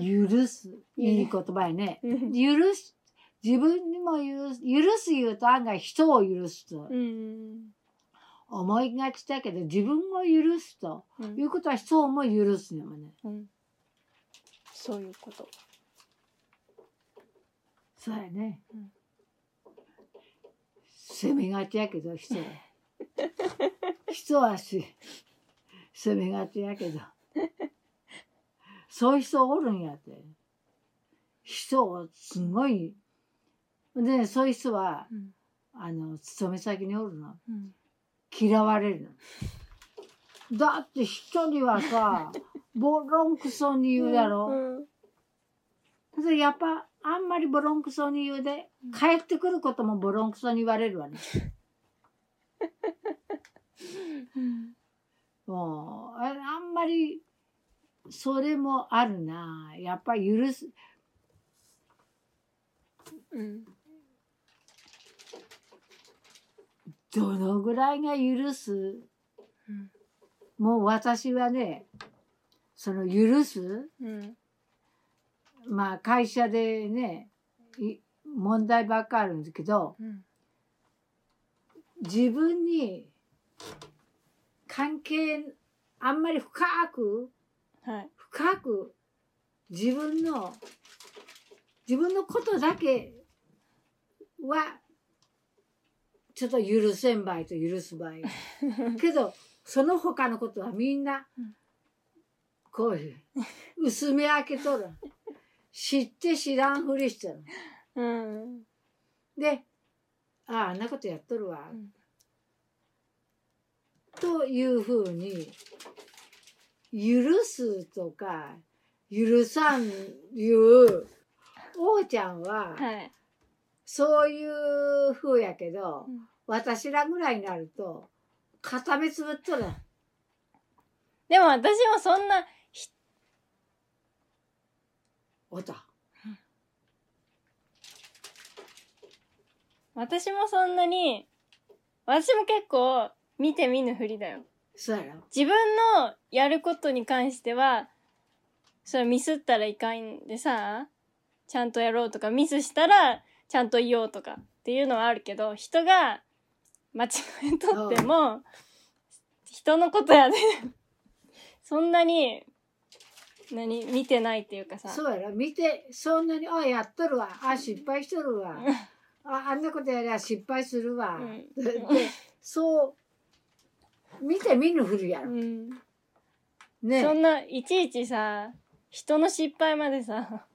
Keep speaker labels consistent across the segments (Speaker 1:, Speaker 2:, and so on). Speaker 1: 許す。いい言葉やね。
Speaker 2: うん
Speaker 1: 許す。自分にも許す。許す言うと案外人を許すと
Speaker 2: うん
Speaker 1: 思いがちだけど、自分を許すと
Speaker 2: う
Speaker 1: い
Speaker 2: ん
Speaker 1: うことは人をも許すのよね。
Speaker 2: うんそういうこと
Speaker 1: そうやね
Speaker 2: うん。
Speaker 1: 責めがちやけど、人 は。人はし、責めがちやけど。そういう人おるんやって。人をすごい。で、そういう人は、
Speaker 2: うん
Speaker 1: あの、勤め先におるの。
Speaker 2: うん
Speaker 1: 嫌われるの。だって人には さ、ボロンクソに言うやろ。
Speaker 2: うん
Speaker 1: それやっぱあんまりボロンクソに言うで
Speaker 2: うん
Speaker 1: 帰ってくることもボロンクソに言われるわね。
Speaker 2: うん
Speaker 1: もうああんまりそれもあるなやっぱり許す
Speaker 2: うん
Speaker 1: どのぐらいが許す
Speaker 2: うん
Speaker 1: もう私はねその許す
Speaker 2: うん
Speaker 1: まあ会社でねい問題ばっかあるんですけど
Speaker 2: うん
Speaker 1: 自分に関係あんまり深く
Speaker 2: はい
Speaker 1: 深く自分の自分のことだけはちょっと許せん場合と許す場合けどその他のことはみんな
Speaker 2: うん
Speaker 1: こういう薄め開けとる知って知らんふりしてる
Speaker 2: うん
Speaker 1: であああんなことやっとるわ、
Speaker 2: うん
Speaker 1: というふうに許すとか許さんいう王ちゃんは
Speaker 2: はい
Speaker 1: そういうふうやけど、
Speaker 2: うん
Speaker 1: 私らぐらいになると固めつぶっとる
Speaker 2: でも私もそんな
Speaker 1: おた
Speaker 2: 私もそんなに私も結構見て見ぬふりだよ
Speaker 1: そうやろ
Speaker 2: 自分のやることに関してはそれミスったらいかんでさちゃんとやろうとかミスしたらちゃんと言おうとかっていうのはあるけど人が間違えとっても人のことやでそんなに何見てないっていうかさ
Speaker 1: そうやろ見てそんなに「あやっとるわあ失敗しとるわ
Speaker 2: うん
Speaker 1: ああんなことやりゃ失敗するわ」
Speaker 2: うん
Speaker 1: でそう見て見ぬふりや
Speaker 2: う
Speaker 1: ろ。
Speaker 2: ん、
Speaker 1: ね
Speaker 2: そんないちいちさ人の失敗までさ、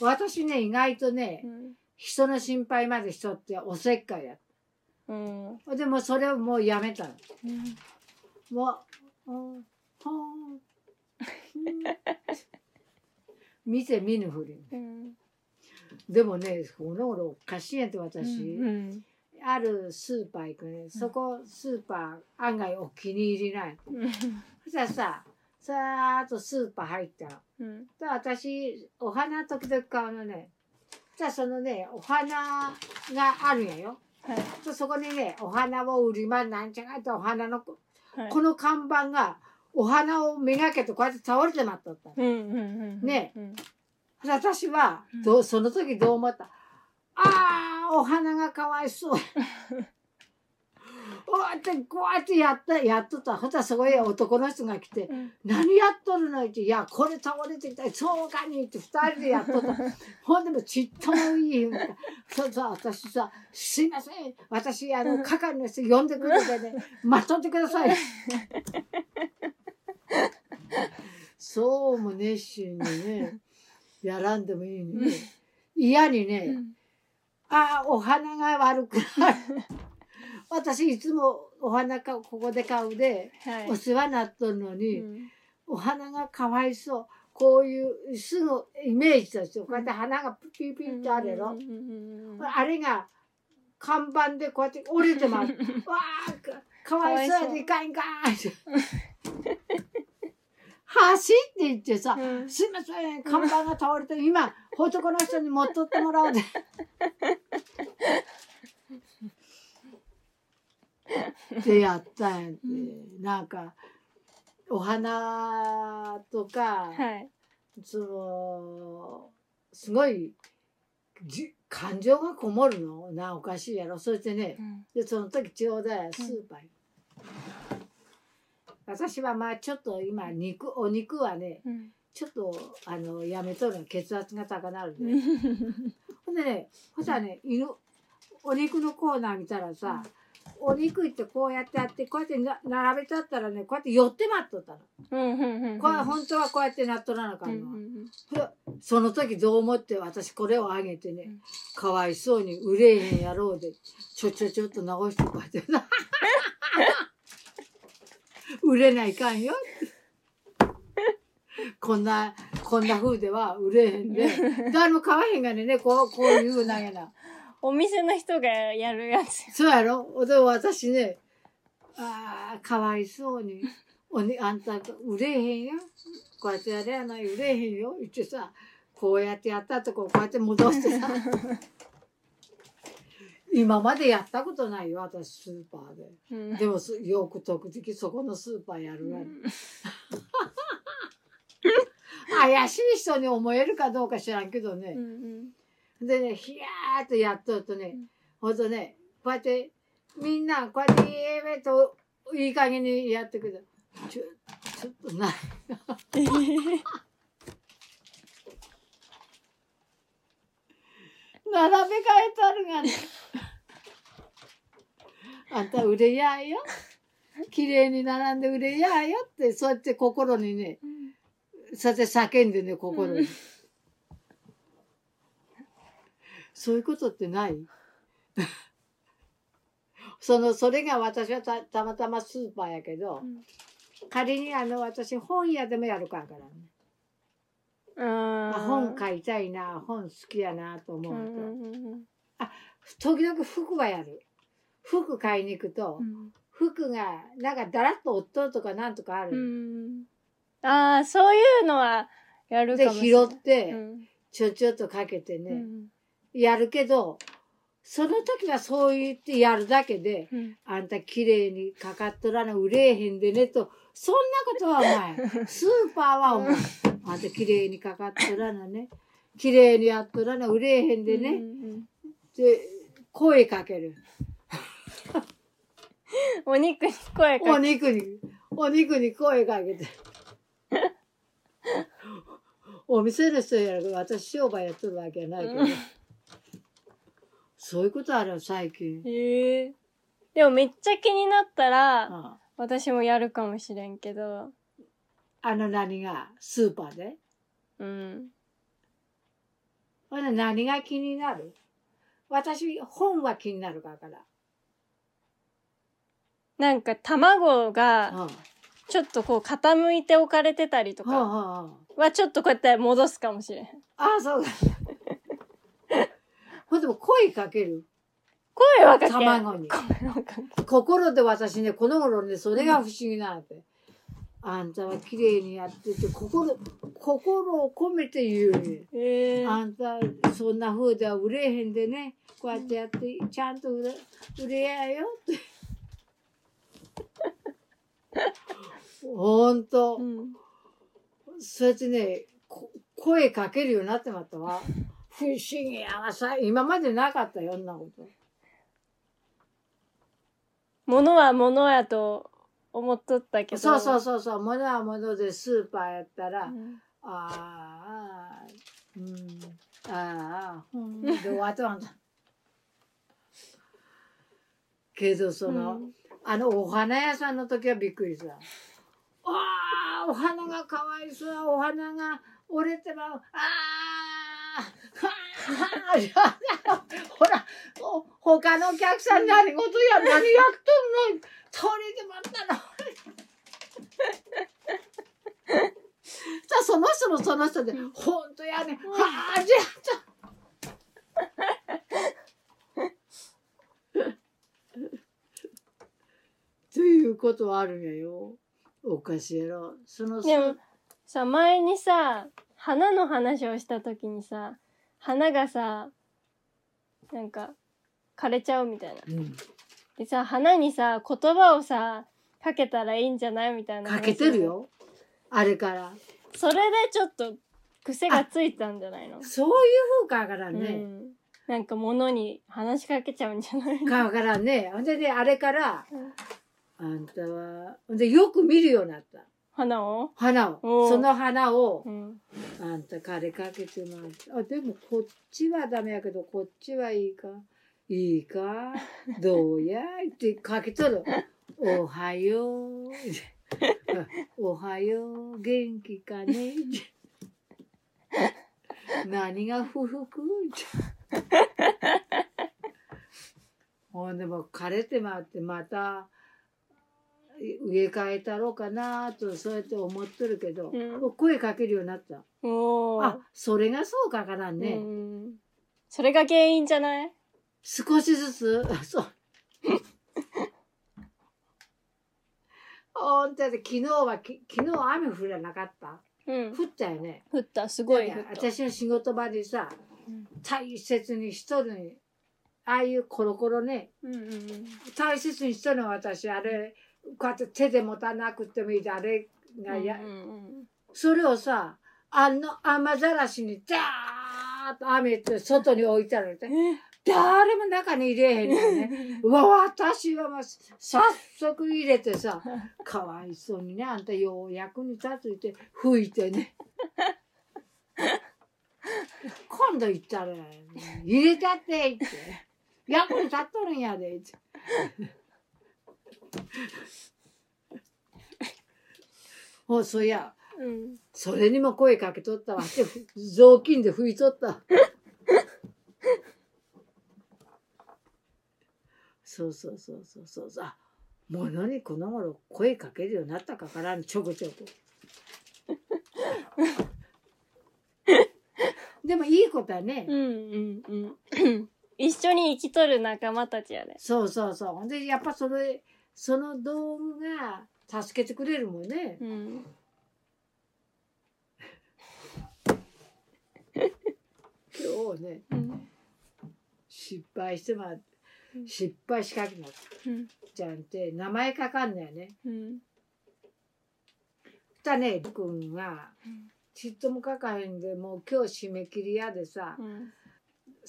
Speaker 1: 私ね意外とね、
Speaker 2: うん
Speaker 1: 人の心配までしとっておせっかいやっ
Speaker 2: うん
Speaker 1: たでもそれをもうやめたの
Speaker 2: うん
Speaker 1: もううんうんうん見て見ぬふり
Speaker 2: うん
Speaker 1: でもねこの頃おかしいんやって私、
Speaker 2: うん
Speaker 1: あるスーパー行くねそこスーパー案外お気に入りないそしたらささーっとスーパー入ったの
Speaker 2: うん
Speaker 1: で私お花時々買うのねじゃあそのねお花があるんやよ
Speaker 2: はい
Speaker 1: でそこにねお花を売りまんなんちゃかってお花のこ
Speaker 2: はい
Speaker 1: この看板がお花をめがけてこうやって倒れて待っとったの
Speaker 2: うんうんうん
Speaker 1: ね
Speaker 2: うん
Speaker 1: で私はどうその時どう思ったあーお花がかわいそうおー ってこうやってやったやっとったほんとはそこへ男の人が来て
Speaker 2: うん
Speaker 1: 「何やっとるの?」って「いやこれ倒れてきたそうかに」って二人でやっ とったほんでもちっともいいそうそう私さ「すいません私あの係の人呼んでくるんでね待っとってください」 そうも熱心にねやらんでもいいのに嫌にね、ああお花が悪くなる 私いつもお花かここで買うで
Speaker 2: はい
Speaker 1: お世話になっとるのに、
Speaker 2: うん
Speaker 1: お花がかわいそうこういうすぐイメージとしてこうやって花がピーピーってあるやろ
Speaker 2: うんう、んうんうん
Speaker 1: あれが看板でこうやって折れて ますわあかかわいそうやでいかんいかんって走って行ってさ、
Speaker 2: うん
Speaker 1: すいません、看板が倒れて、今、男の人に持っとってもらおう で。ってやったんやって、
Speaker 2: う
Speaker 1: なんか、お花とか、
Speaker 2: はい
Speaker 1: そのすごいじ感情がこもるのなおかしいやろそしてね、
Speaker 2: うん
Speaker 1: でその時ちょうどやスーパーに、私はまあちょっと今肉お肉はね
Speaker 2: うん
Speaker 1: ちょっとあのやめとるの血圧が高なる
Speaker 2: う
Speaker 1: で、
Speaker 2: ん
Speaker 1: ほんでねほさね犬お肉のコーナー見たらさ、お肉ってこうやってあってこうやってな並べてあったらねこうやって寄って待っとったの、
Speaker 2: うんうんうん
Speaker 1: これ本当はこうやってなっとらなあか
Speaker 2: うんん
Speaker 1: の、
Speaker 2: うん
Speaker 1: その時どう思って私これをあげてね、
Speaker 2: うん
Speaker 1: かわいそうに売れへんやろうでちょちょちょっと直してこうやってな 売れないかんよこんなこんな風では売れへんで誰も買わへんがねねこうこういう風なんやな
Speaker 2: お店の人がやるやつ
Speaker 1: そうやろで私ねああかわいそうにおにあんた売れへんよこうやってやれやない売れへんよ言ってさこうやってやったとここうやって戻してさ今までやったことないよ私スーパーで
Speaker 2: うん
Speaker 1: でもすよく時々そこのスーパーやるわ、怪しい人に思えるかどうか知らんけどね、
Speaker 2: うん
Speaker 1: でね、ひやーっとやっとるとね
Speaker 2: うん、
Speaker 1: ほんとね、こうやって、みんな、こうやって、ええと、いい加減にやってくる。ちょ、ちょっと な、
Speaker 2: うん
Speaker 1: 並べ替えとるがね。あんた売れやーよ。綺麗に並んで売れやーよって、そうやって心にね、そうやって叫んでね、心に。
Speaker 2: うん
Speaker 1: そういうことってない その、それが私はたたまたまスーパーやけど、仮にあの私本屋でもやるからからね、
Speaker 2: あ
Speaker 1: あ
Speaker 2: ー
Speaker 1: 本買いたいな本好きやなと思
Speaker 2: う
Speaker 1: うと、
Speaker 2: んうんうん
Speaker 1: 時々服はやる服買いに行くと、
Speaker 2: うん
Speaker 1: 服がなんかだらっとおっとるとかなんとかあ
Speaker 2: う
Speaker 1: る、
Speaker 2: んあーそういうのはやるか
Speaker 1: で
Speaker 2: もしれな
Speaker 1: 拾
Speaker 2: い
Speaker 1: って、
Speaker 2: うん
Speaker 1: ちょちょっとかけてね、
Speaker 2: うん
Speaker 1: やるけどその時はそう言ってやるだけで
Speaker 2: うん
Speaker 1: あんた綺麗にかかっとらな売れへんでねとそんなことはお 前スーパーはお前あんた綺麗にかかっとらなね綺麗にやっとらな売れへんでね、
Speaker 2: うんうん
Speaker 1: で声かける
Speaker 2: お肉に声
Speaker 1: お
Speaker 2: かけ
Speaker 1: 肉にお肉に声かけて お店の人やら私商売やってるわけやないけど、
Speaker 2: うん
Speaker 1: そういうことあるよ最近、
Speaker 2: へえでもめっちゃ気になったら
Speaker 1: あ
Speaker 2: 私もやるかもしれんけど
Speaker 1: あの何がスーパーで
Speaker 2: うん
Speaker 1: ほな何が気になる私本は気になるから、
Speaker 2: なんか卵が
Speaker 1: うん
Speaker 2: ちょっとこう傾いて置かれてたりと
Speaker 1: はあ
Speaker 2: か
Speaker 1: はあはあ
Speaker 2: はちょっとこうやって戻すかもしれん
Speaker 1: ああ そうだほんでも声かける
Speaker 2: 声はかけん
Speaker 1: 卵に
Speaker 2: 声はかけん
Speaker 1: 心で私ねこの頃ねそれが不思議なのって、あんたは綺麗にやってて心心を込めて言うね、
Speaker 2: へえ
Speaker 1: あんたそんな風では売れへんでねこうやってやってちゃんと売れ売れや よってほんと
Speaker 2: うん
Speaker 1: そうやってねこ声かけるようになってまったわ不思議やなさ今までなかったよそんなこと
Speaker 2: 物は物やと思っとったけど
Speaker 1: そうそうそうそう物は物でスーパーやったら、
Speaker 2: うん
Speaker 1: あーあー、うん、ああ、うん、で終わってまった。けど、その、
Speaker 2: うん
Speaker 1: あの、お花屋さんの時はびっくりした。ああ、お花がかわいそう、お花が折れてまう。ああ、あーあー、ほら、お他のお客さん何事や、何やっとんの、倒れてまったの。さあその人もその人で「ほんとやねはあじゃあということはあるんやよおかしいやろその
Speaker 2: でもさ前にさ花の話をした時にさ花がさなんか枯れちゃうみたいな
Speaker 1: うん、
Speaker 2: でさ花にさ言葉をさかけたらいいんじゃないみたいな話
Speaker 1: かけてるよあれから
Speaker 2: それでちょっと癖がついたんじゃないの、
Speaker 1: そういう風かわからん
Speaker 2: う
Speaker 1: ね。
Speaker 2: ん、なんか物に話しかけちゃうんじゃない の
Speaker 1: かわからんね。ほんでね、あれから
Speaker 2: うん、
Speaker 1: あんたは、ほんでよく見るようになった。
Speaker 2: 花を、
Speaker 1: 花を。
Speaker 2: おう
Speaker 1: その花を
Speaker 2: う、ん、
Speaker 1: あんた彼かけてもらって。あ、でもこっちはダメやけど、こっちはいいか。いいか。どうやいってかけとる。おはよう。おはよう。元気かね。何が不服ほんでもう枯れてまってまた植え替えたろうかなとそうやって思っとるけど、
Speaker 2: うん
Speaker 1: 声かけるようになった
Speaker 2: おー
Speaker 1: あそれがそうかわからんね、
Speaker 2: うん、それが原因じゃない
Speaker 1: 少しずつ あそうほんとだって昨日はき昨日雨降らなかった
Speaker 2: うん
Speaker 1: 降ったよね
Speaker 2: 降ったすごい
Speaker 1: だ
Speaker 2: 降
Speaker 1: か
Speaker 2: っ
Speaker 1: ら
Speaker 2: た
Speaker 1: 私の仕事場でさ
Speaker 2: うん
Speaker 1: 大切にしとるにああいうコロコロね
Speaker 2: うんうんうん
Speaker 1: 大切にしとるの私あれこうやって手で持たなくてもいいであれがや、
Speaker 2: うんうん
Speaker 1: それをさあの雨ざらしにダーッと雨って外に置いてあるって
Speaker 2: うん
Speaker 1: 誰も中に入れへんのねうわ私はもう早速入れてさかわいそうにねあんたよう役に立ついて吹いてね 今度行ったら「入れたって」って「役に立っとるんやで」って おそういや
Speaker 2: うん
Speaker 1: それにも声かけとったわってふ雑巾で拭いとったそうそうそうそうそうそうあ物にこの頃声かけるようになったかからんちょこちょこでもいいことはね、
Speaker 2: うんうんうん一緒に生きとる仲間たちやね
Speaker 1: そうそうそうほんでやっぱそれその道具が助けてくれるもんね、
Speaker 2: うん
Speaker 1: 今日ね
Speaker 2: うん
Speaker 1: 失敗してまう
Speaker 2: うん
Speaker 1: 失敗しかけなかった
Speaker 2: うん
Speaker 1: ちゃんって名前かかんのよね。
Speaker 2: うん
Speaker 1: だね、くんがちっとも書かへんでもう今日締め切りやでさ、
Speaker 2: うん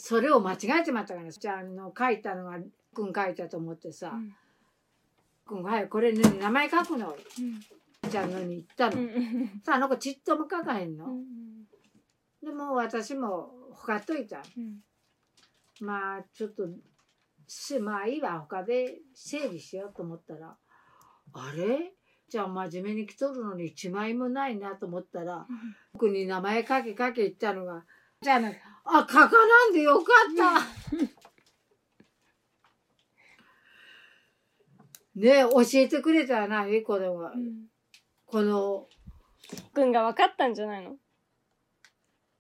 Speaker 1: それを間違えてまったからねちゃんの書いたのがくん書いたと思ってさ、
Speaker 2: うん
Speaker 1: くんはいこれね名前書くのちゃんのに言った
Speaker 2: う
Speaker 1: の。
Speaker 2: んうん
Speaker 1: さああの子ちっとも書かへんの。
Speaker 2: うん
Speaker 1: でもう私もほかっといた。
Speaker 2: うん
Speaker 1: まあちょっとしまあいいわ他で整理しようと思ったらあれじゃあ真面目に来とるのに1枚もないなと思ったら僕に名前書け書け言ったのがじゃあねあ書かなんでよかった ねえ教えてくれたらなえこの
Speaker 2: うん
Speaker 1: この
Speaker 2: くんが分かったんじゃないの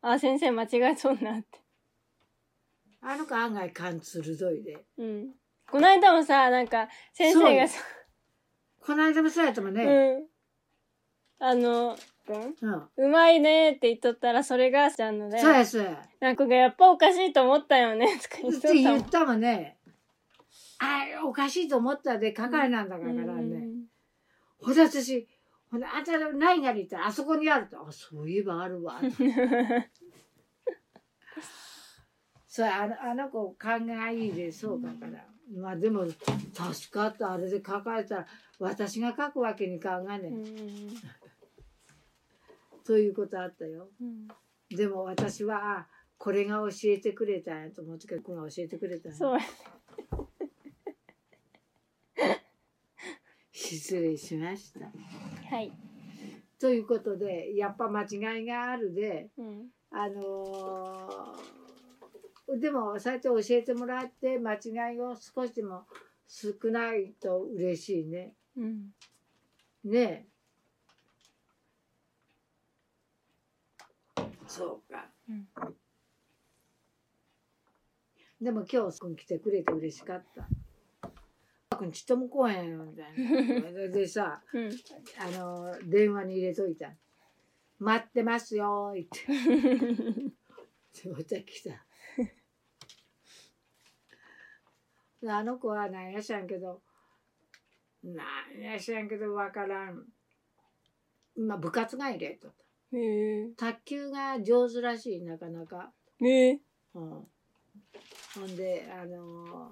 Speaker 2: あ先生間違えそうになって
Speaker 1: あの子案外勘鋭いで
Speaker 2: うんこないだもさなんか先生がさ
Speaker 1: この間もそうやったもん
Speaker 2: う
Speaker 1: ね、
Speaker 2: んあのくん
Speaker 1: うん、
Speaker 2: うまいねって言っとったらそれがちゃんので
Speaker 1: そうやそうや
Speaker 2: なんかやっぱおかしいと思ったよねとか言っ
Speaker 1: っ
Speaker 2: とってたも
Speaker 1: 言
Speaker 2: ん
Speaker 1: ったもんね。あれおかしいと思ったで、係なんだからね。ほんで私、ほんで、あんたの何がにったら、あそこにある と。あ、そういえばあるわ。そう、あのあの子、勘がいいで、そうだから。まあでも、助かった、あれで書かれたら、私が書くわけに考えない。
Speaker 2: うんうん
Speaker 1: ということあったよ。
Speaker 2: うん
Speaker 1: でも私は、あこれが教えてくれたんやと思って、こが教えてくれたんや
Speaker 2: そう
Speaker 1: 失礼しました。
Speaker 2: はい、
Speaker 1: ということでやっぱ間違いがあるで
Speaker 2: うん、
Speaker 1: あのーでもそうやって教えてもらって間違いを少しでも少ないと嬉しいね。
Speaker 2: うん
Speaker 1: ねえ。そうか。
Speaker 2: うん
Speaker 1: でも今日くん来てくれて嬉しかった。くんちっとも来へんよみたいな。でさ
Speaker 2: うん
Speaker 1: あの電話に入れといた「待ってますよ」言ってでまた来たであの子はなんやしゃんけどなんやしゃんけどわからん今部活が入れとった
Speaker 2: へえ
Speaker 1: 卓球が上手らしいなかなか、
Speaker 2: へえ
Speaker 1: うん、ほんであのー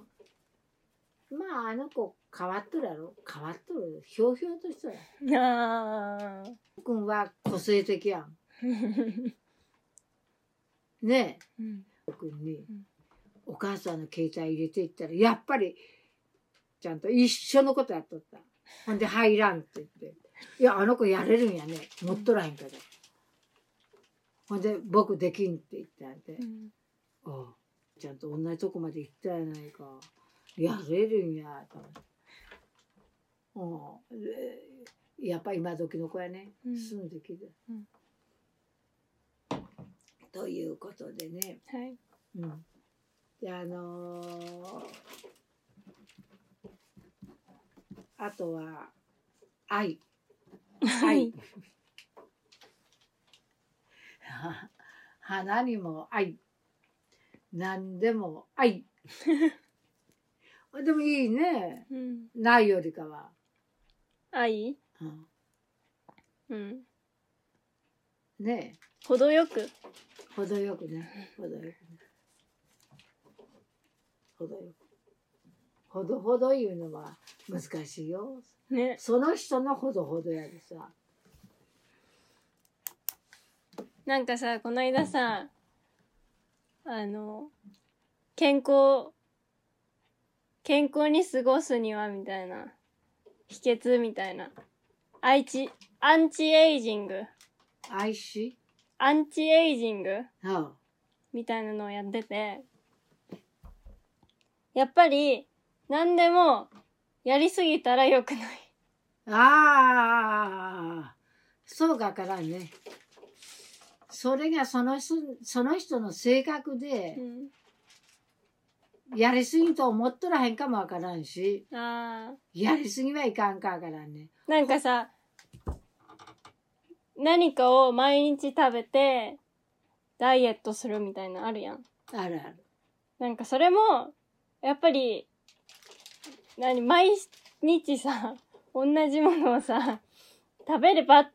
Speaker 1: まああの子変わっとるやろ変わっとるひょうひょうとしとるや
Speaker 2: ああ
Speaker 1: ん君は個性的 やんねえ
Speaker 2: うん
Speaker 1: 君に
Speaker 2: うん
Speaker 1: お母さんの携帯入れていったらやっぱりちゃんと一緒のことやっとったほんで入らんって言って「いやあの子やれるんやね持っとらへんけど」ほんで「僕できん」って言ってあげて
Speaker 2: うん
Speaker 1: 「ああちゃんと同じとこまで行ったやないかやれるんや」と思ってうんでやっぱ今時の子やね、
Speaker 2: うん
Speaker 1: すぐできる、
Speaker 2: うん
Speaker 1: ということでね、
Speaker 2: はい
Speaker 1: うん、であのーあとは 愛愛 花にも愛何でも愛でもいいね
Speaker 2: うん
Speaker 1: ないよりかは、
Speaker 2: 愛
Speaker 1: うん、
Speaker 2: うん
Speaker 1: ねえ
Speaker 2: 程よく
Speaker 1: 程よくね程よくね程よくほどほどいうのは難しいよ
Speaker 2: ね
Speaker 1: その人のほどほどやでさ
Speaker 2: なんかさこの間さあの健康健康に過ごすにはみたいな秘訣みたいなアイチアンチエイジング
Speaker 1: 愛し
Speaker 2: アンチエイジング
Speaker 1: あ
Speaker 2: みたいなのをやっててやっぱり何でもやりすぎたら良くない
Speaker 1: あああそうかからんねそれがその人その人の性格でやりすぎと思っとらへんかもわからんし
Speaker 2: あ
Speaker 1: やりすぎはいかんかわからんね
Speaker 2: ーなんかさ何かを毎日食べてダイエットするみたいなのあるやん
Speaker 1: あるある
Speaker 2: なんかそれもやっぱり何毎日さ同じものをさ食べれば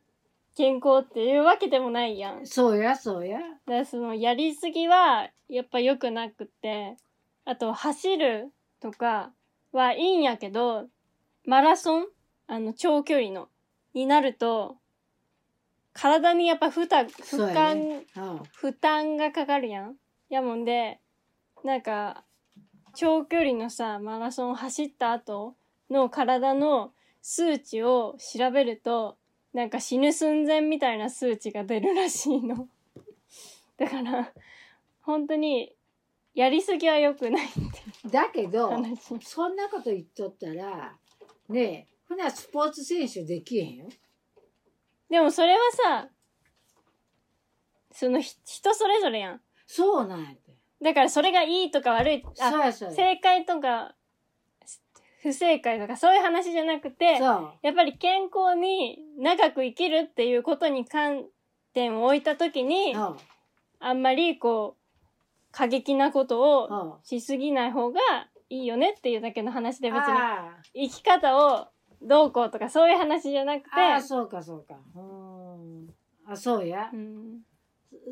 Speaker 2: 健康っていうわけでもないやん
Speaker 1: そうやそうや
Speaker 2: だからそのやりすぎはやっぱ良くなくてあと走るとかはいいんやけどマラソンあの長距離のになると体にやっぱ負担負
Speaker 1: そうや
Speaker 2: 担、
Speaker 1: ねあ
Speaker 2: 負担がかかるやんやもんでなんか長距離のさマラソンを走った後の体の数値を調べるとなんか死ぬ寸前みたいな数値が出るらしいの だから本当にやりすぎは良くないって
Speaker 1: あだけど
Speaker 2: 話
Speaker 1: そんなこと言っとったらねえほなスポーツ選手できへんよ
Speaker 2: でもそれはさそのひ人それぞれやん
Speaker 1: そうなんやて
Speaker 2: だからそれがいいとか悪いあ
Speaker 1: そうやそうや
Speaker 2: 正解とか不正解とかそういう話じゃなくて
Speaker 1: そう
Speaker 2: やっぱり健康に長く生きるっていうことに観点を置いた時に
Speaker 1: あ
Speaker 2: あんまりこう過激なことを
Speaker 1: あ
Speaker 2: しすぎない方がいいよねっていうだけの話で別に
Speaker 1: あ
Speaker 2: 生き方をどうこうとかそういう話じゃなくて
Speaker 1: あああそうかそうかうーんあそうや
Speaker 2: う、ん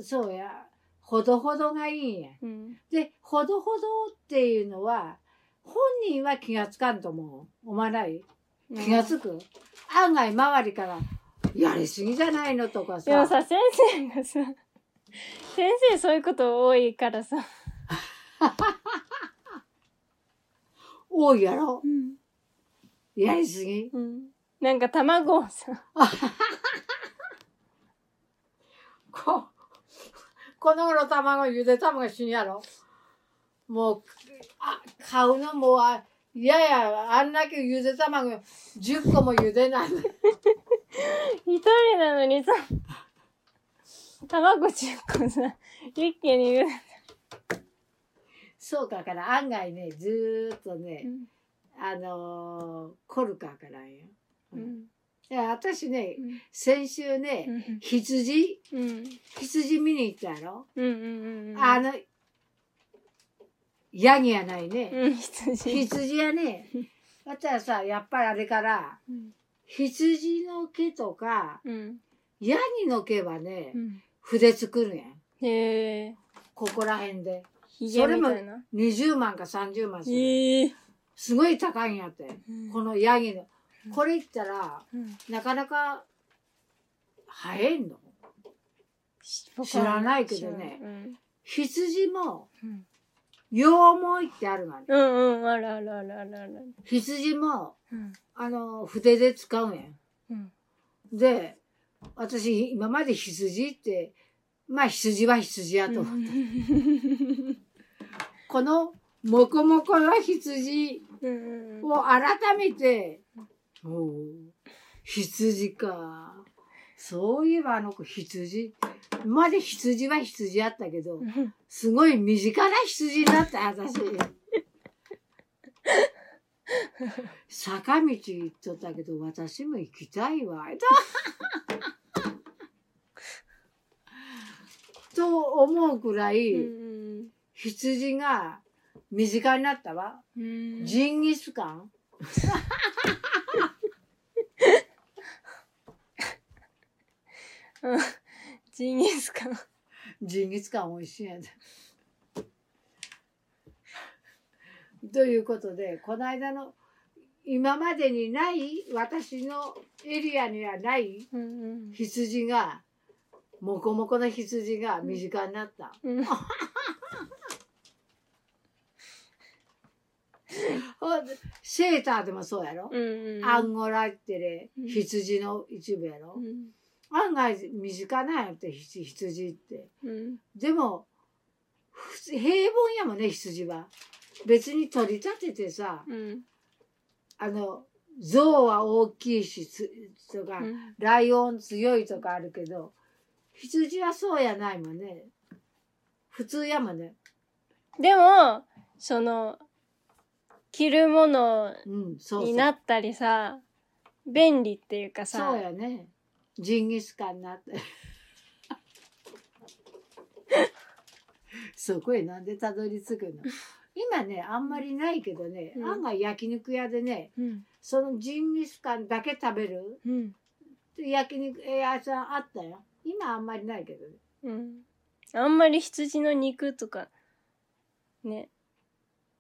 Speaker 1: そうやほどほどがいいんや
Speaker 2: うん
Speaker 1: でほどほどっていうのは本人は気がつかんと思う思わない気がつく案外周りからやりすぎじゃないのとか
Speaker 2: でも
Speaker 1: さ
Speaker 2: さ先生がさ 先生そういうこと多いからさ、
Speaker 1: 多いやろやりすぎ
Speaker 2: うんなんか卵をさ
Speaker 1: ここの頃卵ゆで卵が死にやろもうあ買うのもあいやいやあんだけゆで卵10個もゆでない
Speaker 2: 一人なのにさ、卵10個さ、一気に言う。
Speaker 1: そうかわからん案外ねずーっとね、あのー、コルカーからんよ。
Speaker 2: うん。
Speaker 1: いや私ね
Speaker 2: うん。
Speaker 1: 先週ね、
Speaker 2: うん。
Speaker 1: 羊
Speaker 2: うん。
Speaker 1: 羊見に行ったやろ、
Speaker 2: うん。うん。うん。
Speaker 1: あのヤギやないね、
Speaker 2: うん、羊。
Speaker 1: 羊や ねだったらさやっぱりあれから
Speaker 2: うん。
Speaker 1: 羊の毛とか
Speaker 2: うん。
Speaker 1: 矢にのけばね、
Speaker 2: うん
Speaker 1: 筆作るやん。
Speaker 2: へえ
Speaker 1: ここら辺で。
Speaker 2: ひげみたいな
Speaker 1: 20万か30万する。
Speaker 2: ええ
Speaker 1: すごい高いんやって。このヤギの。これ言ったら、
Speaker 2: うん
Speaker 1: なかなか、生えんの知らないけどね
Speaker 2: うん
Speaker 1: 羊も、
Speaker 2: うん
Speaker 1: 羊毛ってあるがね。
Speaker 2: うんうんあらあらあらあらあら
Speaker 1: 羊も、
Speaker 2: うん
Speaker 1: あの、筆で使うんやん。
Speaker 2: うん
Speaker 1: で、私、今まで羊って、まあ羊は羊やと思う。
Speaker 2: うん
Speaker 1: この、もこもこの羊
Speaker 2: うんうん
Speaker 1: を改めて、おう羊か。そういえばあの子羊。今まで羊は羊やったけど、
Speaker 2: うん
Speaker 1: すごい身近な羊になった、私。坂道行っとったけど、私も行きたいわ。と思うくらい、
Speaker 2: うん
Speaker 1: 羊が身近になったわ。
Speaker 2: うん
Speaker 1: ジンギスカン
Speaker 2: ジンギスカン
Speaker 1: ジンギスカン美味しいやつ。 ということで、この間の今までにない私のエリアにはない
Speaker 2: うん
Speaker 1: 羊が、もこもこの羊が身近になった。
Speaker 2: うん
Speaker 1: ほんでセーターでもそうやろ、
Speaker 2: うん
Speaker 1: アンゴラってね
Speaker 2: うん
Speaker 1: 羊の一部やろ、
Speaker 2: うん
Speaker 1: 案外身近なんやってひ羊って。
Speaker 2: うん
Speaker 1: でもふつ平凡やもんね羊は別に取り立ててさ
Speaker 2: うん
Speaker 1: あの象は大きいしつとか、
Speaker 2: うん
Speaker 1: ライオン強いとかあるけど羊はそうやないもんね普通やもんね
Speaker 2: でもその着るもの
Speaker 1: うんそうそ
Speaker 2: に
Speaker 1: う
Speaker 2: なったりさ便利っていうかさ
Speaker 1: そうやねジンギスカンになって そこへなんでたどり着くの今ねあんまりないけどね、
Speaker 2: うん
Speaker 1: 案外焼肉屋でね、
Speaker 2: うん
Speaker 1: そのジンギスカンだけ食べる
Speaker 2: うん
Speaker 1: 焼肉屋さんあったよ。今あんまりないけどね。
Speaker 2: うんあんまり羊の肉とかね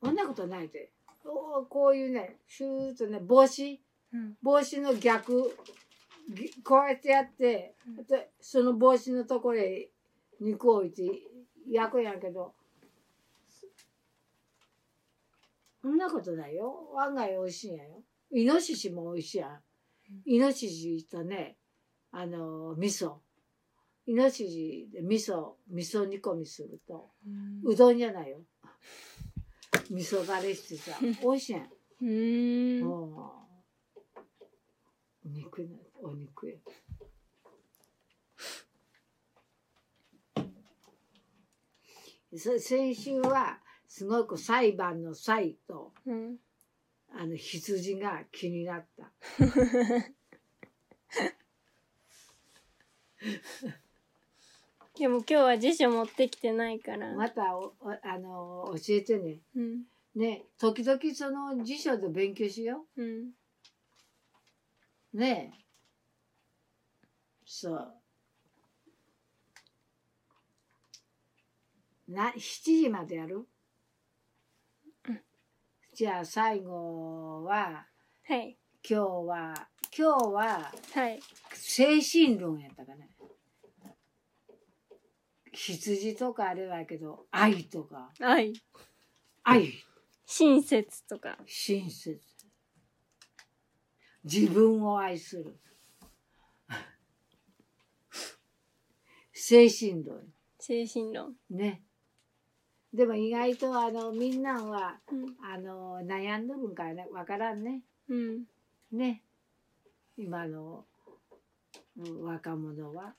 Speaker 1: そんなことないで。おこういうね、シューッとね、帽子、
Speaker 2: うん
Speaker 1: 帽子の逆、ぎこうやってやって、
Speaker 2: うん
Speaker 1: でその帽子のところへ肉を置いて焼くんやけど、そんなことないよ。案外美味しいんやよ。イノシシも美味しいやん。イノシシとね、あの、味噌。イノシシで味噌、味噌煮込みすると、うどんじゃないよ。味噌だれしてさ、美味しいやん。
Speaker 2: うん
Speaker 1: もう肉なお肉やそ先週はすごく裁判の「裁」と
Speaker 2: うん
Speaker 1: あの羊が気になった。
Speaker 2: でも今日は辞書持ってきてないから
Speaker 1: またおおあの教えてね。
Speaker 2: うん
Speaker 1: ね時々その辞書で勉強しよ
Speaker 2: うん
Speaker 1: う。ねえ。そう。な、7時までやる、
Speaker 2: うん
Speaker 1: じゃあ最後は、
Speaker 2: はい
Speaker 1: 今日は、今日は
Speaker 2: はい
Speaker 1: 精神論やったかな。羊とかあれはやけど、愛とか、
Speaker 2: はい
Speaker 1: 愛。
Speaker 2: 親切とか
Speaker 1: 親切自分を愛する精神論
Speaker 2: 精神論
Speaker 1: ねでも意外とあのみんなは
Speaker 2: うん
Speaker 1: あの悩んどるんかねわからんね
Speaker 2: うん
Speaker 1: ね今のうん若者は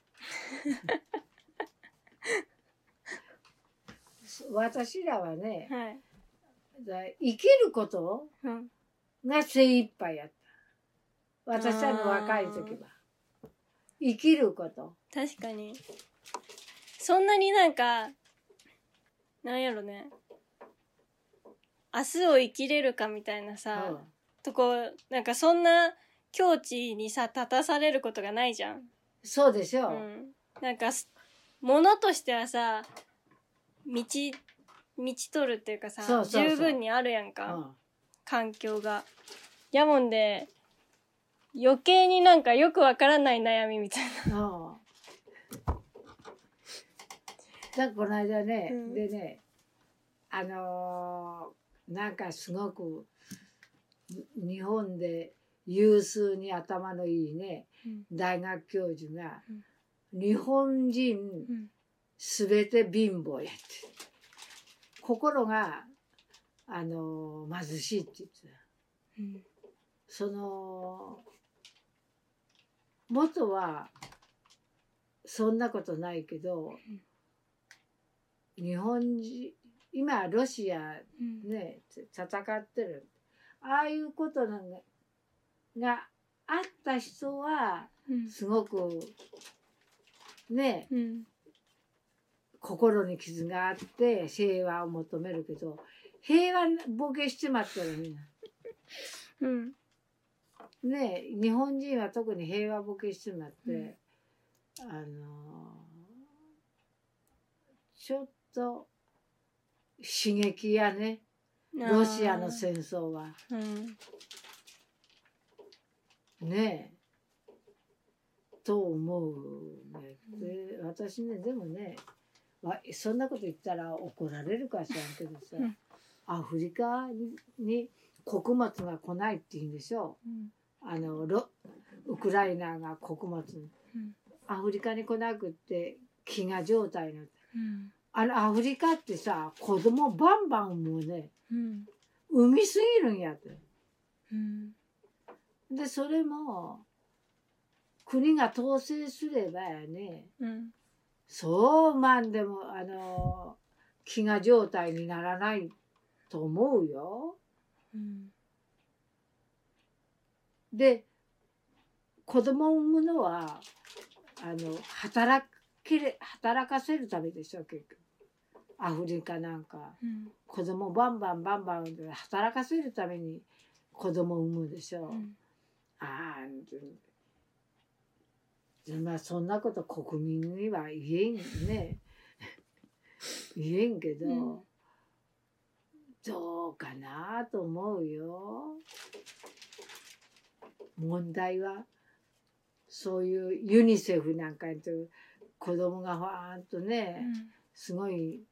Speaker 1: 私らはね
Speaker 2: はい
Speaker 1: だ生きること
Speaker 2: うん
Speaker 1: が精一杯やった。私らの若い時は。生きること。
Speaker 2: 確かにそんなになんかなんやろね明日を生きれるかみたいなさ、とこなんかそんな境地にさ立たされることがないじゃん
Speaker 1: そうでしょう、
Speaker 2: うん、なんかす物としてはさ道道取るっていうかさ
Speaker 1: そうそうそう
Speaker 2: 十分にあるやんか、
Speaker 1: うん
Speaker 2: 環境が。やもんで余計になんかよくわからない悩みみたいな。
Speaker 1: ああなんかこの間ね、
Speaker 2: うん
Speaker 1: でねあのーなんかすごくに日本で有数に頭のいいね大学教授が、日本人すべて貧乏やって心が、あのー貧しいって言ってた。その元はそんなことないけど、日本人今ロシアね戦ってるああいうことなんががあった人はすごくね心に傷があって平和を求めるけど平和ボケしちまったらみんな。
Speaker 2: うん
Speaker 1: ねえ日本人は特に平和ボケしてまって、あのーちょっと刺激やねロシアの戦争は
Speaker 2: うん
Speaker 1: ねえと思うねで私ねでもねわそんなこと言ったら怒られるか知らんけどさ、
Speaker 2: うん
Speaker 1: アフリカにに穀物が来ないって言うんでしょ
Speaker 2: うん
Speaker 1: あのロウクライナが穀物に。
Speaker 2: うん
Speaker 1: アフリカに来なくって飢餓状態になって
Speaker 2: うん
Speaker 1: あのアフリカってさ子供バンバンもうね
Speaker 2: うん
Speaker 1: 産みすぎるんやって
Speaker 2: うん
Speaker 1: でそれも国が統制すればやね
Speaker 2: うん
Speaker 1: そうまんでもあの飢餓状態にならないと思うよ
Speaker 2: うん
Speaker 1: で子供を産むのはあの働けれ働かせるためでしょ結局アフリカなんか。
Speaker 2: うん
Speaker 1: 子供バンバンバンバン産んで働かせるために子供を産むでしょう、
Speaker 2: うん
Speaker 1: ああでまあそんなこと国民には言えんね 言えんけど、
Speaker 2: うん
Speaker 1: どうかなと思うよ問題はそういうユニセフなんかにと子供がファーンとね、すごい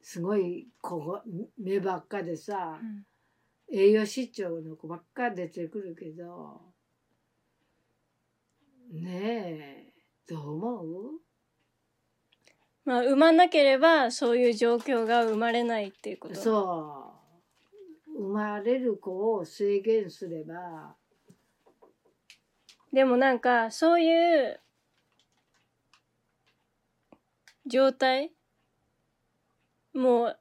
Speaker 1: すごいここ目ばっかでさ、
Speaker 2: うん
Speaker 1: 栄養失調の子ばっか出てくるけどねえどう思う
Speaker 2: まあ生まなければそういう状況が生まれないっていうこと。
Speaker 1: そう生まれる子を制限すれば
Speaker 2: でもなんかそういう状態もう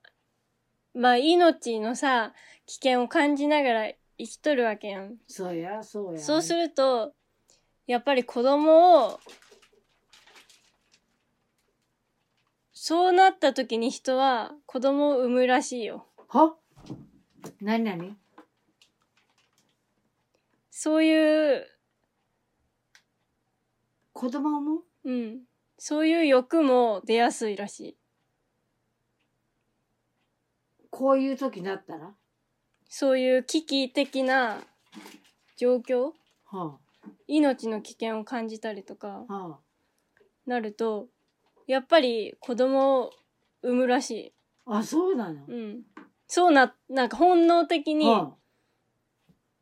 Speaker 2: まあ命のさ危険を感じながら生きとるわけやん。
Speaker 1: そうやそうや
Speaker 2: そうするとやっぱり子供をそうなった時に人は子供を産むらしいよ。
Speaker 1: は何何
Speaker 2: そういう、
Speaker 1: 子供産む
Speaker 2: うん。そういう欲も出やすいらしい。
Speaker 1: こういう時になったら、は
Speaker 2: そういう危機的な状況
Speaker 1: あ
Speaker 2: 命の危険を感じたりとか
Speaker 1: はあ、
Speaker 2: なるとやっぱり子供を産むらし
Speaker 1: あそうなの
Speaker 2: い、うん、そうななんか本能的に、
Speaker 1: は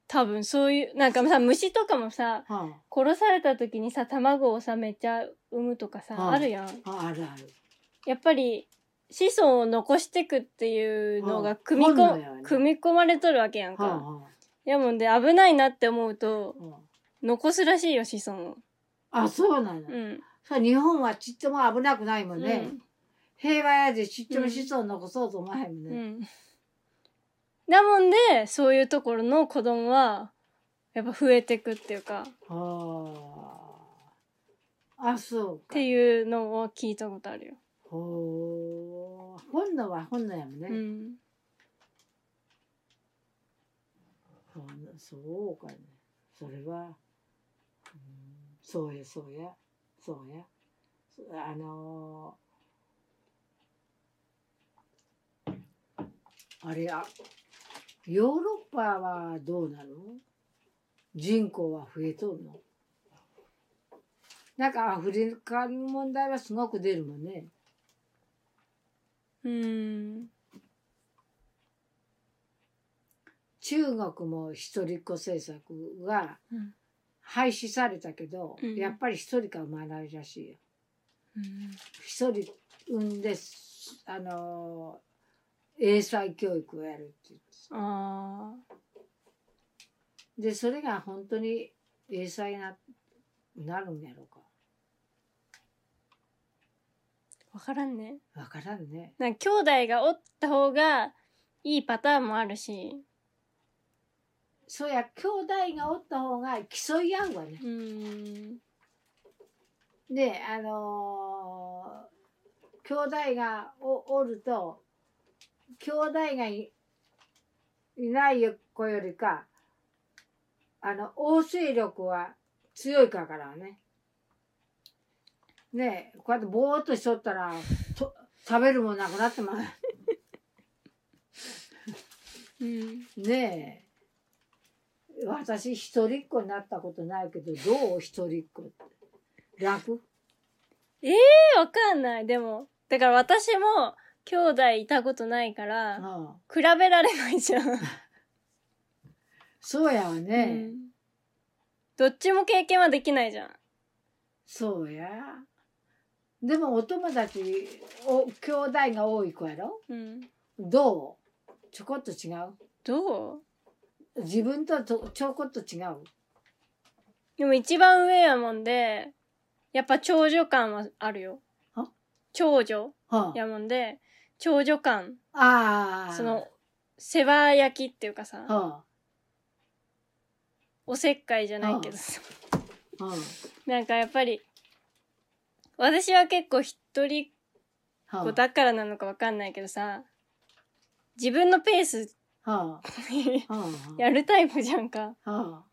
Speaker 2: 多分そういうなんかさ虫とかもさ
Speaker 1: あは
Speaker 2: 殺された時にさ卵をさめっちゃ産むとかさ、
Speaker 1: はい
Speaker 2: あるやん
Speaker 1: あああるある
Speaker 2: やっぱり子孫を残してくっていうの
Speaker 1: は
Speaker 2: が
Speaker 1: い
Speaker 2: 組み,、
Speaker 1: 本能やね
Speaker 2: 組み込まれとるわけやんか、
Speaker 1: はあは
Speaker 2: やもんで危ないなって思うと
Speaker 1: あは
Speaker 2: 残すらしいよ子孫を
Speaker 1: ああそうなの、
Speaker 2: うん
Speaker 1: そう日本はちっとも危なくないもんね、平和やでちっとも子孫残そうと思わへんもん
Speaker 2: う
Speaker 1: ね、
Speaker 2: ん、うん、だもんでそういうところの子供はやっぱ増えてくっていうかっ
Speaker 1: あーあそうか
Speaker 2: ていうのを聞いたことあるよ、
Speaker 1: ほー本能は本能やもんね、
Speaker 2: うん
Speaker 1: 本能そうかねそれは、うんそうやそうやそうや。あのーあれや、ヨーロッパはどうなの人口は増えとんのなんかアフリカの問題はすごく出るもんね。
Speaker 2: うん。
Speaker 1: 中国も一人っ子政策が
Speaker 2: うん
Speaker 1: 廃止されたけど、
Speaker 2: うん
Speaker 1: やっぱり一人から生まないらしいよ。一人産んですあのー英才教育をやるって言って
Speaker 2: あ
Speaker 1: でそれが本当に英才ななるんやろう
Speaker 2: あ、わからんね。
Speaker 1: かわからんね
Speaker 2: なんか兄弟がおった方がいいパターンもあるし。
Speaker 1: そうや兄弟がおった方が競い合うわね
Speaker 2: うん。
Speaker 1: であのー兄弟がおおると兄弟がいいない子よりかあの応勢力は強いかからね。ねえこうやってぼーっとしとったらと食べるもんなくなってま
Speaker 2: うん。
Speaker 1: う。ねえ私一人っ子になったことないけどどう一人っ子って楽
Speaker 2: え、わかんない。でも。だから私も兄弟いたことないか
Speaker 1: う
Speaker 2: ら、
Speaker 1: ん
Speaker 2: 比べられないじゃん。
Speaker 1: そうやわね。
Speaker 2: うんどっちも経験はできないじゃん。
Speaker 1: そうや。でもお友達お兄弟が多い子やろ
Speaker 2: うん。
Speaker 1: どうちょこっと違う
Speaker 2: どう
Speaker 1: 自分ととちょこっと違う
Speaker 2: でも一番上やもんで、やっぱ長女感はあるよ
Speaker 1: は。
Speaker 2: 長女
Speaker 1: は
Speaker 2: やもんで、長女感。
Speaker 1: ああー
Speaker 2: その、世話焼きっていうかさ、
Speaker 1: は
Speaker 2: おせっかいじゃないけどさ。
Speaker 1: あは
Speaker 2: なんかやっぱり、私は結構一人っ
Speaker 1: あは
Speaker 2: 子だからなのかわかんないけどさ、自分のペース
Speaker 1: あは
Speaker 2: に
Speaker 1: あは
Speaker 2: やるタイプじゃんか。
Speaker 1: あは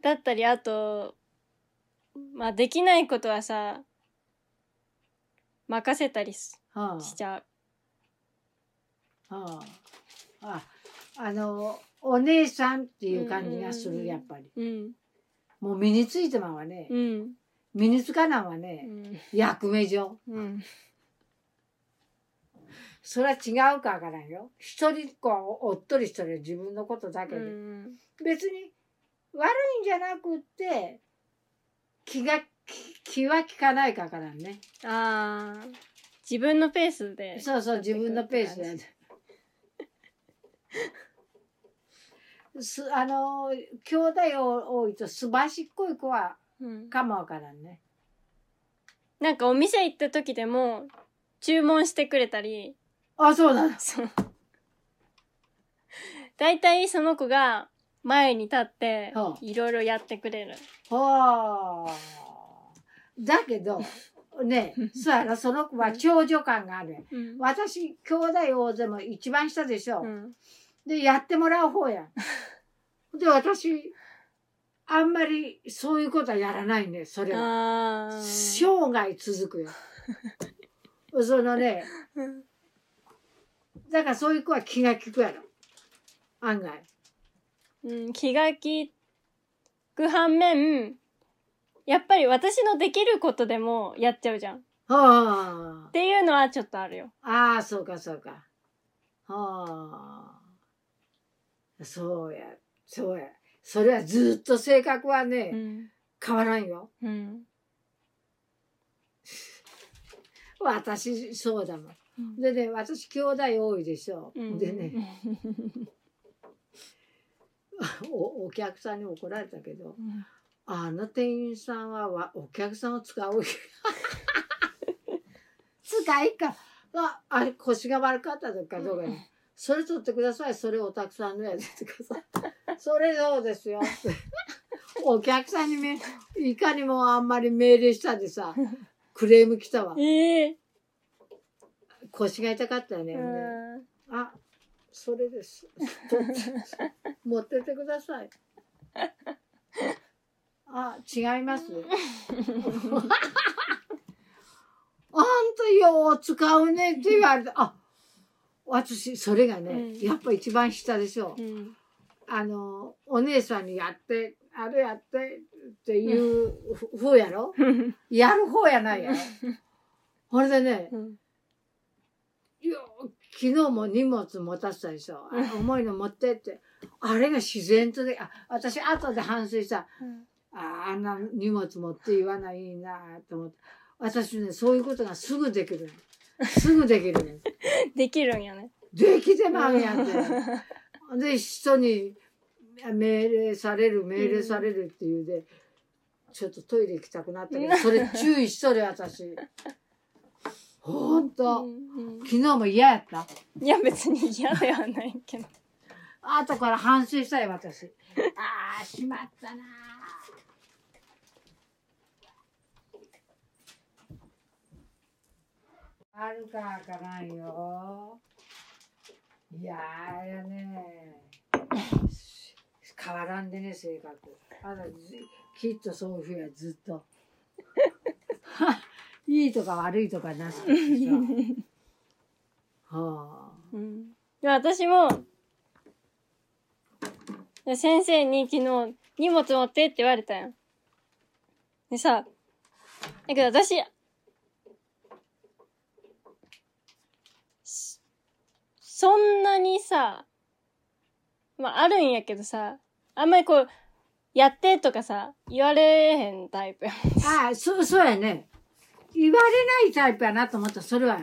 Speaker 2: だったり、あと、まあできないことはさ、任せたりし
Speaker 1: あはあ
Speaker 2: しちゃう。
Speaker 1: はあああのお姉さんっていう感じがす
Speaker 2: うんうん
Speaker 1: る
Speaker 2: うん
Speaker 1: やっぱり
Speaker 2: うん。
Speaker 1: もう身についてまうわね
Speaker 2: うん。
Speaker 1: 身につかなんわね役目上
Speaker 2: うん。
Speaker 1: それは違うかわからんよ。一人っ子はおっとりしとるよ自分のことだけ
Speaker 2: う
Speaker 1: で、
Speaker 2: ん。
Speaker 1: 別に悪いんじゃなくって気が気気は利かないかわからんね。
Speaker 2: ああ。自分のペースで。
Speaker 1: そうそう自分のペースで。 すあの兄弟を多いとすばしっこい子は
Speaker 2: うん。
Speaker 1: かもわからんね。
Speaker 2: なんかお店行った時でも、注文してくれたり、
Speaker 1: あそうなの。
Speaker 2: そう。大体その子が前に立って
Speaker 1: はあ、
Speaker 2: いろいろやってくれる。
Speaker 1: ほーだけどね そうやろその子は長女感がある。
Speaker 2: うん。
Speaker 1: 私兄弟大勢も一番下でしょ、
Speaker 2: うん。
Speaker 1: でやってもらう方や で私あんまりそういうことはやらないねそれは
Speaker 2: ああ。
Speaker 1: 生涯続く よそのね
Speaker 2: うん
Speaker 1: だからそういう子は気が利くやろ案外
Speaker 2: うん、気が利く反面、やっぱり私のできることでもやっちゃうじゃん。っ
Speaker 1: は
Speaker 2: ていうのはちょっとあるよ。
Speaker 1: あああそうかそうかはあそうやそうやそれはずっと性格はね、
Speaker 2: うん。
Speaker 1: 変わらんよ
Speaker 2: うん。
Speaker 1: 私そうだもんでね私兄弟多いでしょ、
Speaker 2: うん
Speaker 1: でね。 おお客さんに怒られたけど
Speaker 2: うん
Speaker 1: あの店員さんはわお客さんを使う 使いかああれ腰が悪かったとかどうか、
Speaker 2: うん
Speaker 1: それ取ってくださいそれおたくさんのやつとかさそれそうです よお客さんにめいかにもあんまり命令したでさクレーム来たわ
Speaker 2: ええ
Speaker 1: 腰が痛かったよね、
Speaker 2: うん
Speaker 1: あ、それ です。取って持ってってください。 あ、違います。とよう使うねって言われて、あ、私、それがね、
Speaker 2: うん
Speaker 1: やっぱ一番下でしょ。
Speaker 2: うん
Speaker 1: あの、お姉さんにやって、あれやってっていうふ方や ろ
Speaker 2: うん
Speaker 1: やる方やないやろ。ほれでね、
Speaker 2: うん
Speaker 1: よ昨日も荷物持たせたでしょ。あ重いの持ってって。あれが自然とで、あ、私後で反省した。ああんな荷物持って言わないいなと思って。私ね、そういうことがすぐできる。すぐできるね。
Speaker 2: できるんやね。
Speaker 1: できてまうんやって。で、人に命令される、命令されるっていうで、ちょっとトイレ行きたくなったけど、それ注意しとる私。ほん
Speaker 2: う
Speaker 1: と。
Speaker 2: んう
Speaker 1: 昨日も嫌やった。
Speaker 2: んいや別に嫌ではないけど。
Speaker 1: 後から反省したよ、私。ああ、しまったなあるか開かないよ。いやーやね変わらんでね、性格。あの、ずきっとそういうふうや、ずっと。 いいとか悪いとかなさってさ。 はあ。
Speaker 2: うん、で私もで先生に昨日荷物持ってって言われたやん。でさ、だけど私、しそんなにさ、まああるんやけどさ、あんまりこう、やってとかさ、言われへんタイプやもん。
Speaker 1: ああ、そう、そうやね。言われないタイプやなと思った、それは。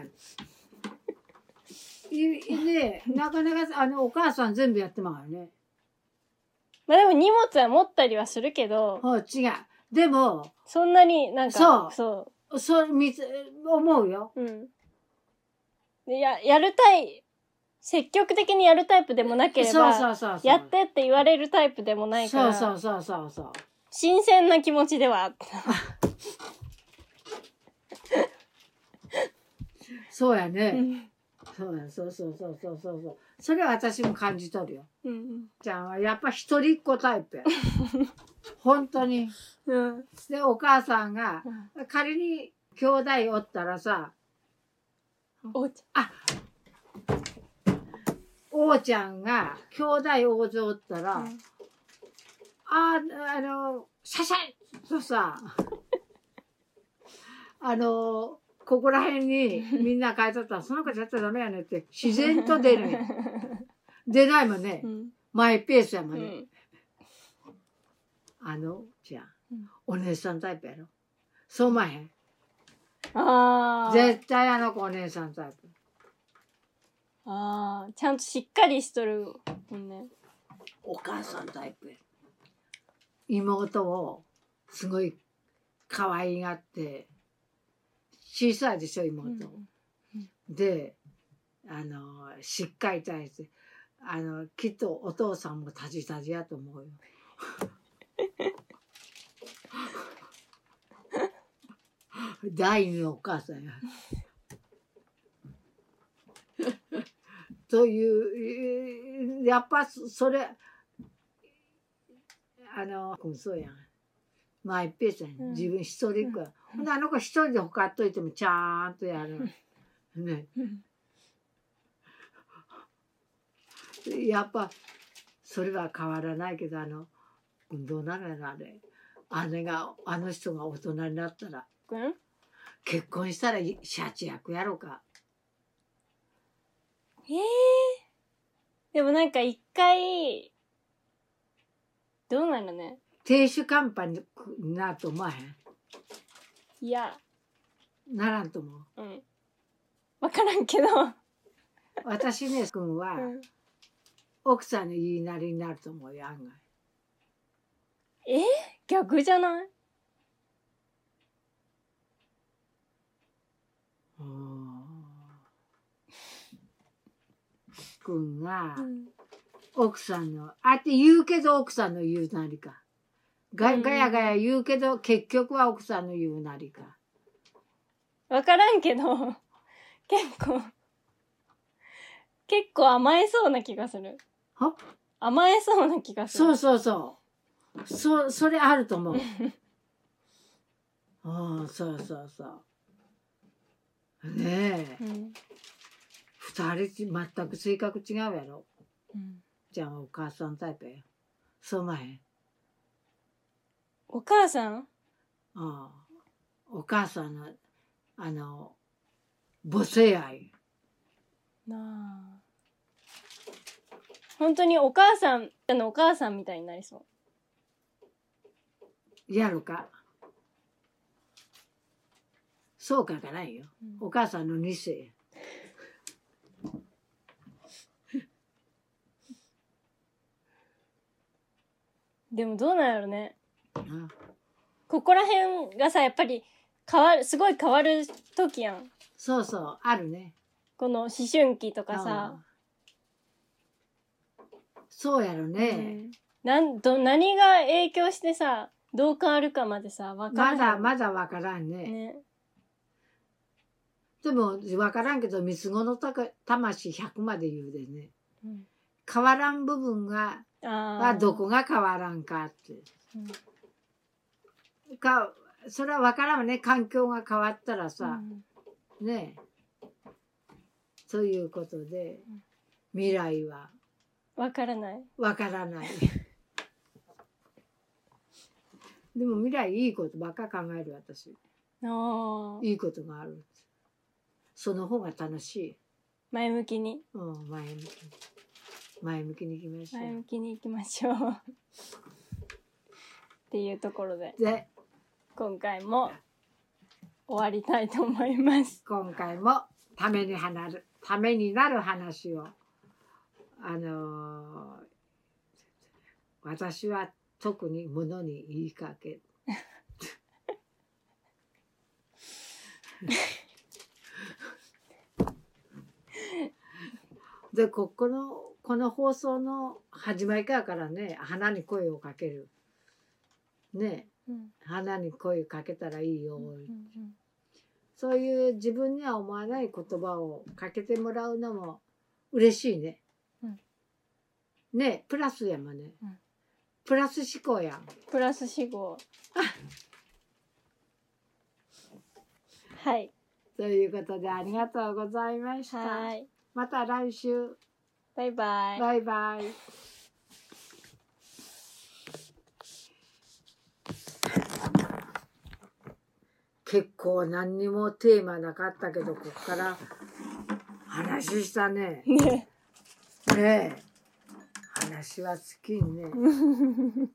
Speaker 1: いね、なかなか、あの、お母さん全部やってまうからね。
Speaker 2: まあでも荷物は持ったりはするけど、
Speaker 1: ほう、違う。でも、
Speaker 2: そんなになんか、
Speaker 1: そう
Speaker 2: そう
Speaker 1: そう、みつ、思うよ。
Speaker 2: うん。でや、やるタイ、積極的にやるタイプでもなければ、
Speaker 1: そうそうそうそう。
Speaker 2: やってって言われるタイプでもないか
Speaker 1: そ
Speaker 2: ら、
Speaker 1: うそうそうそうそう。
Speaker 2: 新鮮な気持ちではあった。
Speaker 1: そうや
Speaker 2: う
Speaker 1: ね。
Speaker 2: ん。
Speaker 1: そうや、そうそうそうそうそうそう。それは私も感じとるよ。
Speaker 2: うん。
Speaker 1: ちゃんは、やっぱ一人っ子タイ プや。本当に。
Speaker 2: うん。
Speaker 1: で、お母さんが、仮に兄弟おったらさ、
Speaker 2: おうち
Speaker 1: 王ちゃんが兄弟王女おったら、
Speaker 2: ゃん。
Speaker 1: ああのシャシャッと さあのここら辺にみんな書いとったら「その子やっちゃダメやね」って自然と出る んや出ないもんね
Speaker 2: うん。
Speaker 1: マイペースやも
Speaker 2: うん
Speaker 1: ね、
Speaker 2: ん。
Speaker 1: あのじゃあ
Speaker 2: うん
Speaker 1: お姉さんタイプやろそう思わへん
Speaker 2: ああ。
Speaker 1: 絶対あの子お姉さんタイプ
Speaker 2: ああ。ちゃんとしっかりしとるもんね。
Speaker 1: お母さんタイプ妹をすごい可愛がって小さいでしょ
Speaker 2: う
Speaker 1: 妹、
Speaker 2: ん。
Speaker 1: であのしっかり対してあのきっとお父さんもタジタジやと思うよ。第二のお母さんや。というえーやっぱそそれあのそうやんマイペースやん、
Speaker 2: うん
Speaker 1: 自分一人っ子や、ほんであの子一人でほかっといてもちゃんとやる、ね
Speaker 2: うん
Speaker 1: やっぱそれは変わらないけどあのどうなるのあれ姉があの人が大人になったら
Speaker 2: うん。
Speaker 1: 結婚したらいシャチ役やろうか
Speaker 2: ええでもなんか一回、どうなのね。
Speaker 1: 亭主関白になると思わへん
Speaker 2: いや。
Speaker 1: ならんと思う
Speaker 2: うん。わからんけど。
Speaker 1: 私ね君は
Speaker 2: うん
Speaker 1: 奥さんの言いなりになると思うよ案外
Speaker 2: 逆じゃない
Speaker 1: 君が
Speaker 2: うん
Speaker 1: 奥さんのあって言うけど奥さんの言うなりかが
Speaker 2: うん
Speaker 1: ガヤガヤ言うけど結局は奥さんの言うなりか
Speaker 2: わからんけど、 結構、結構甘えそうな気がする。
Speaker 1: は
Speaker 2: 甘えそうな気がする。
Speaker 1: そうそうそう。そ、それあると思う。ああ、そうそうそう。ねえ
Speaker 2: うん
Speaker 1: 二人ち全く性格違うやろ
Speaker 2: うん
Speaker 1: じゃあお母さんタイプやそうなんや
Speaker 2: お母さん
Speaker 1: ああお母さんのあの母性愛
Speaker 2: なあ本当にお母さんあのお母さんみたいになりそう
Speaker 1: やるかそうかがないよ
Speaker 2: うん
Speaker 1: お母さんの二世や
Speaker 2: でもどうなんやろね
Speaker 1: な
Speaker 2: ここら辺がさやっぱり変わるすごい変わる時やん
Speaker 1: そうそうあるね
Speaker 2: この思春期とかさ
Speaker 1: あ、あそうやろね、
Speaker 2: うんなんど何が影響してさどう変わるかまでさ分から
Speaker 1: まだ
Speaker 2: ん
Speaker 1: まだわからんね
Speaker 2: ね
Speaker 1: でもわからんけど三つ子のたか魂100まで言うでね
Speaker 2: うん
Speaker 1: 変わらん部分が
Speaker 2: あ
Speaker 1: は
Speaker 2: ー
Speaker 1: どこが変わらんかって
Speaker 2: うん
Speaker 1: かそれはわからんわね環境が変わったら
Speaker 2: う
Speaker 1: さ、
Speaker 2: ん
Speaker 1: ねということで
Speaker 2: うん
Speaker 1: 未来は
Speaker 2: わからない
Speaker 1: わからない でも未来いいことばっか考える私
Speaker 2: おー
Speaker 1: いいことがあるその方が楽しい
Speaker 2: 前向きに
Speaker 1: うん、前向きに。前向きに行きましょ
Speaker 2: 前
Speaker 1: う。
Speaker 2: 向きにいきましょう っていうところで
Speaker 1: で、
Speaker 2: 今回も終わりたいと思います
Speaker 1: 今回もためにはなる、ためになる話を、あのー私は特に物に言いかける。で、ここの、この放送の始まりからからね、花に声をかける。ねえ。
Speaker 2: うん
Speaker 1: 花に声かけたらいいよ、
Speaker 2: うんうん
Speaker 1: そういう自分には思わない言葉をかけてもらうのも嬉しいね、
Speaker 2: うん
Speaker 1: ねプラスやもんね、
Speaker 2: うん
Speaker 1: プラス思考やん
Speaker 2: プラス四号はい
Speaker 1: ということでありがとうございました
Speaker 2: はい
Speaker 1: また来週
Speaker 2: バイバイ
Speaker 1: バイバイ結構何にもテーマなかったけどここから話したね。
Speaker 2: ね
Speaker 1: ねえ話は尽きんね。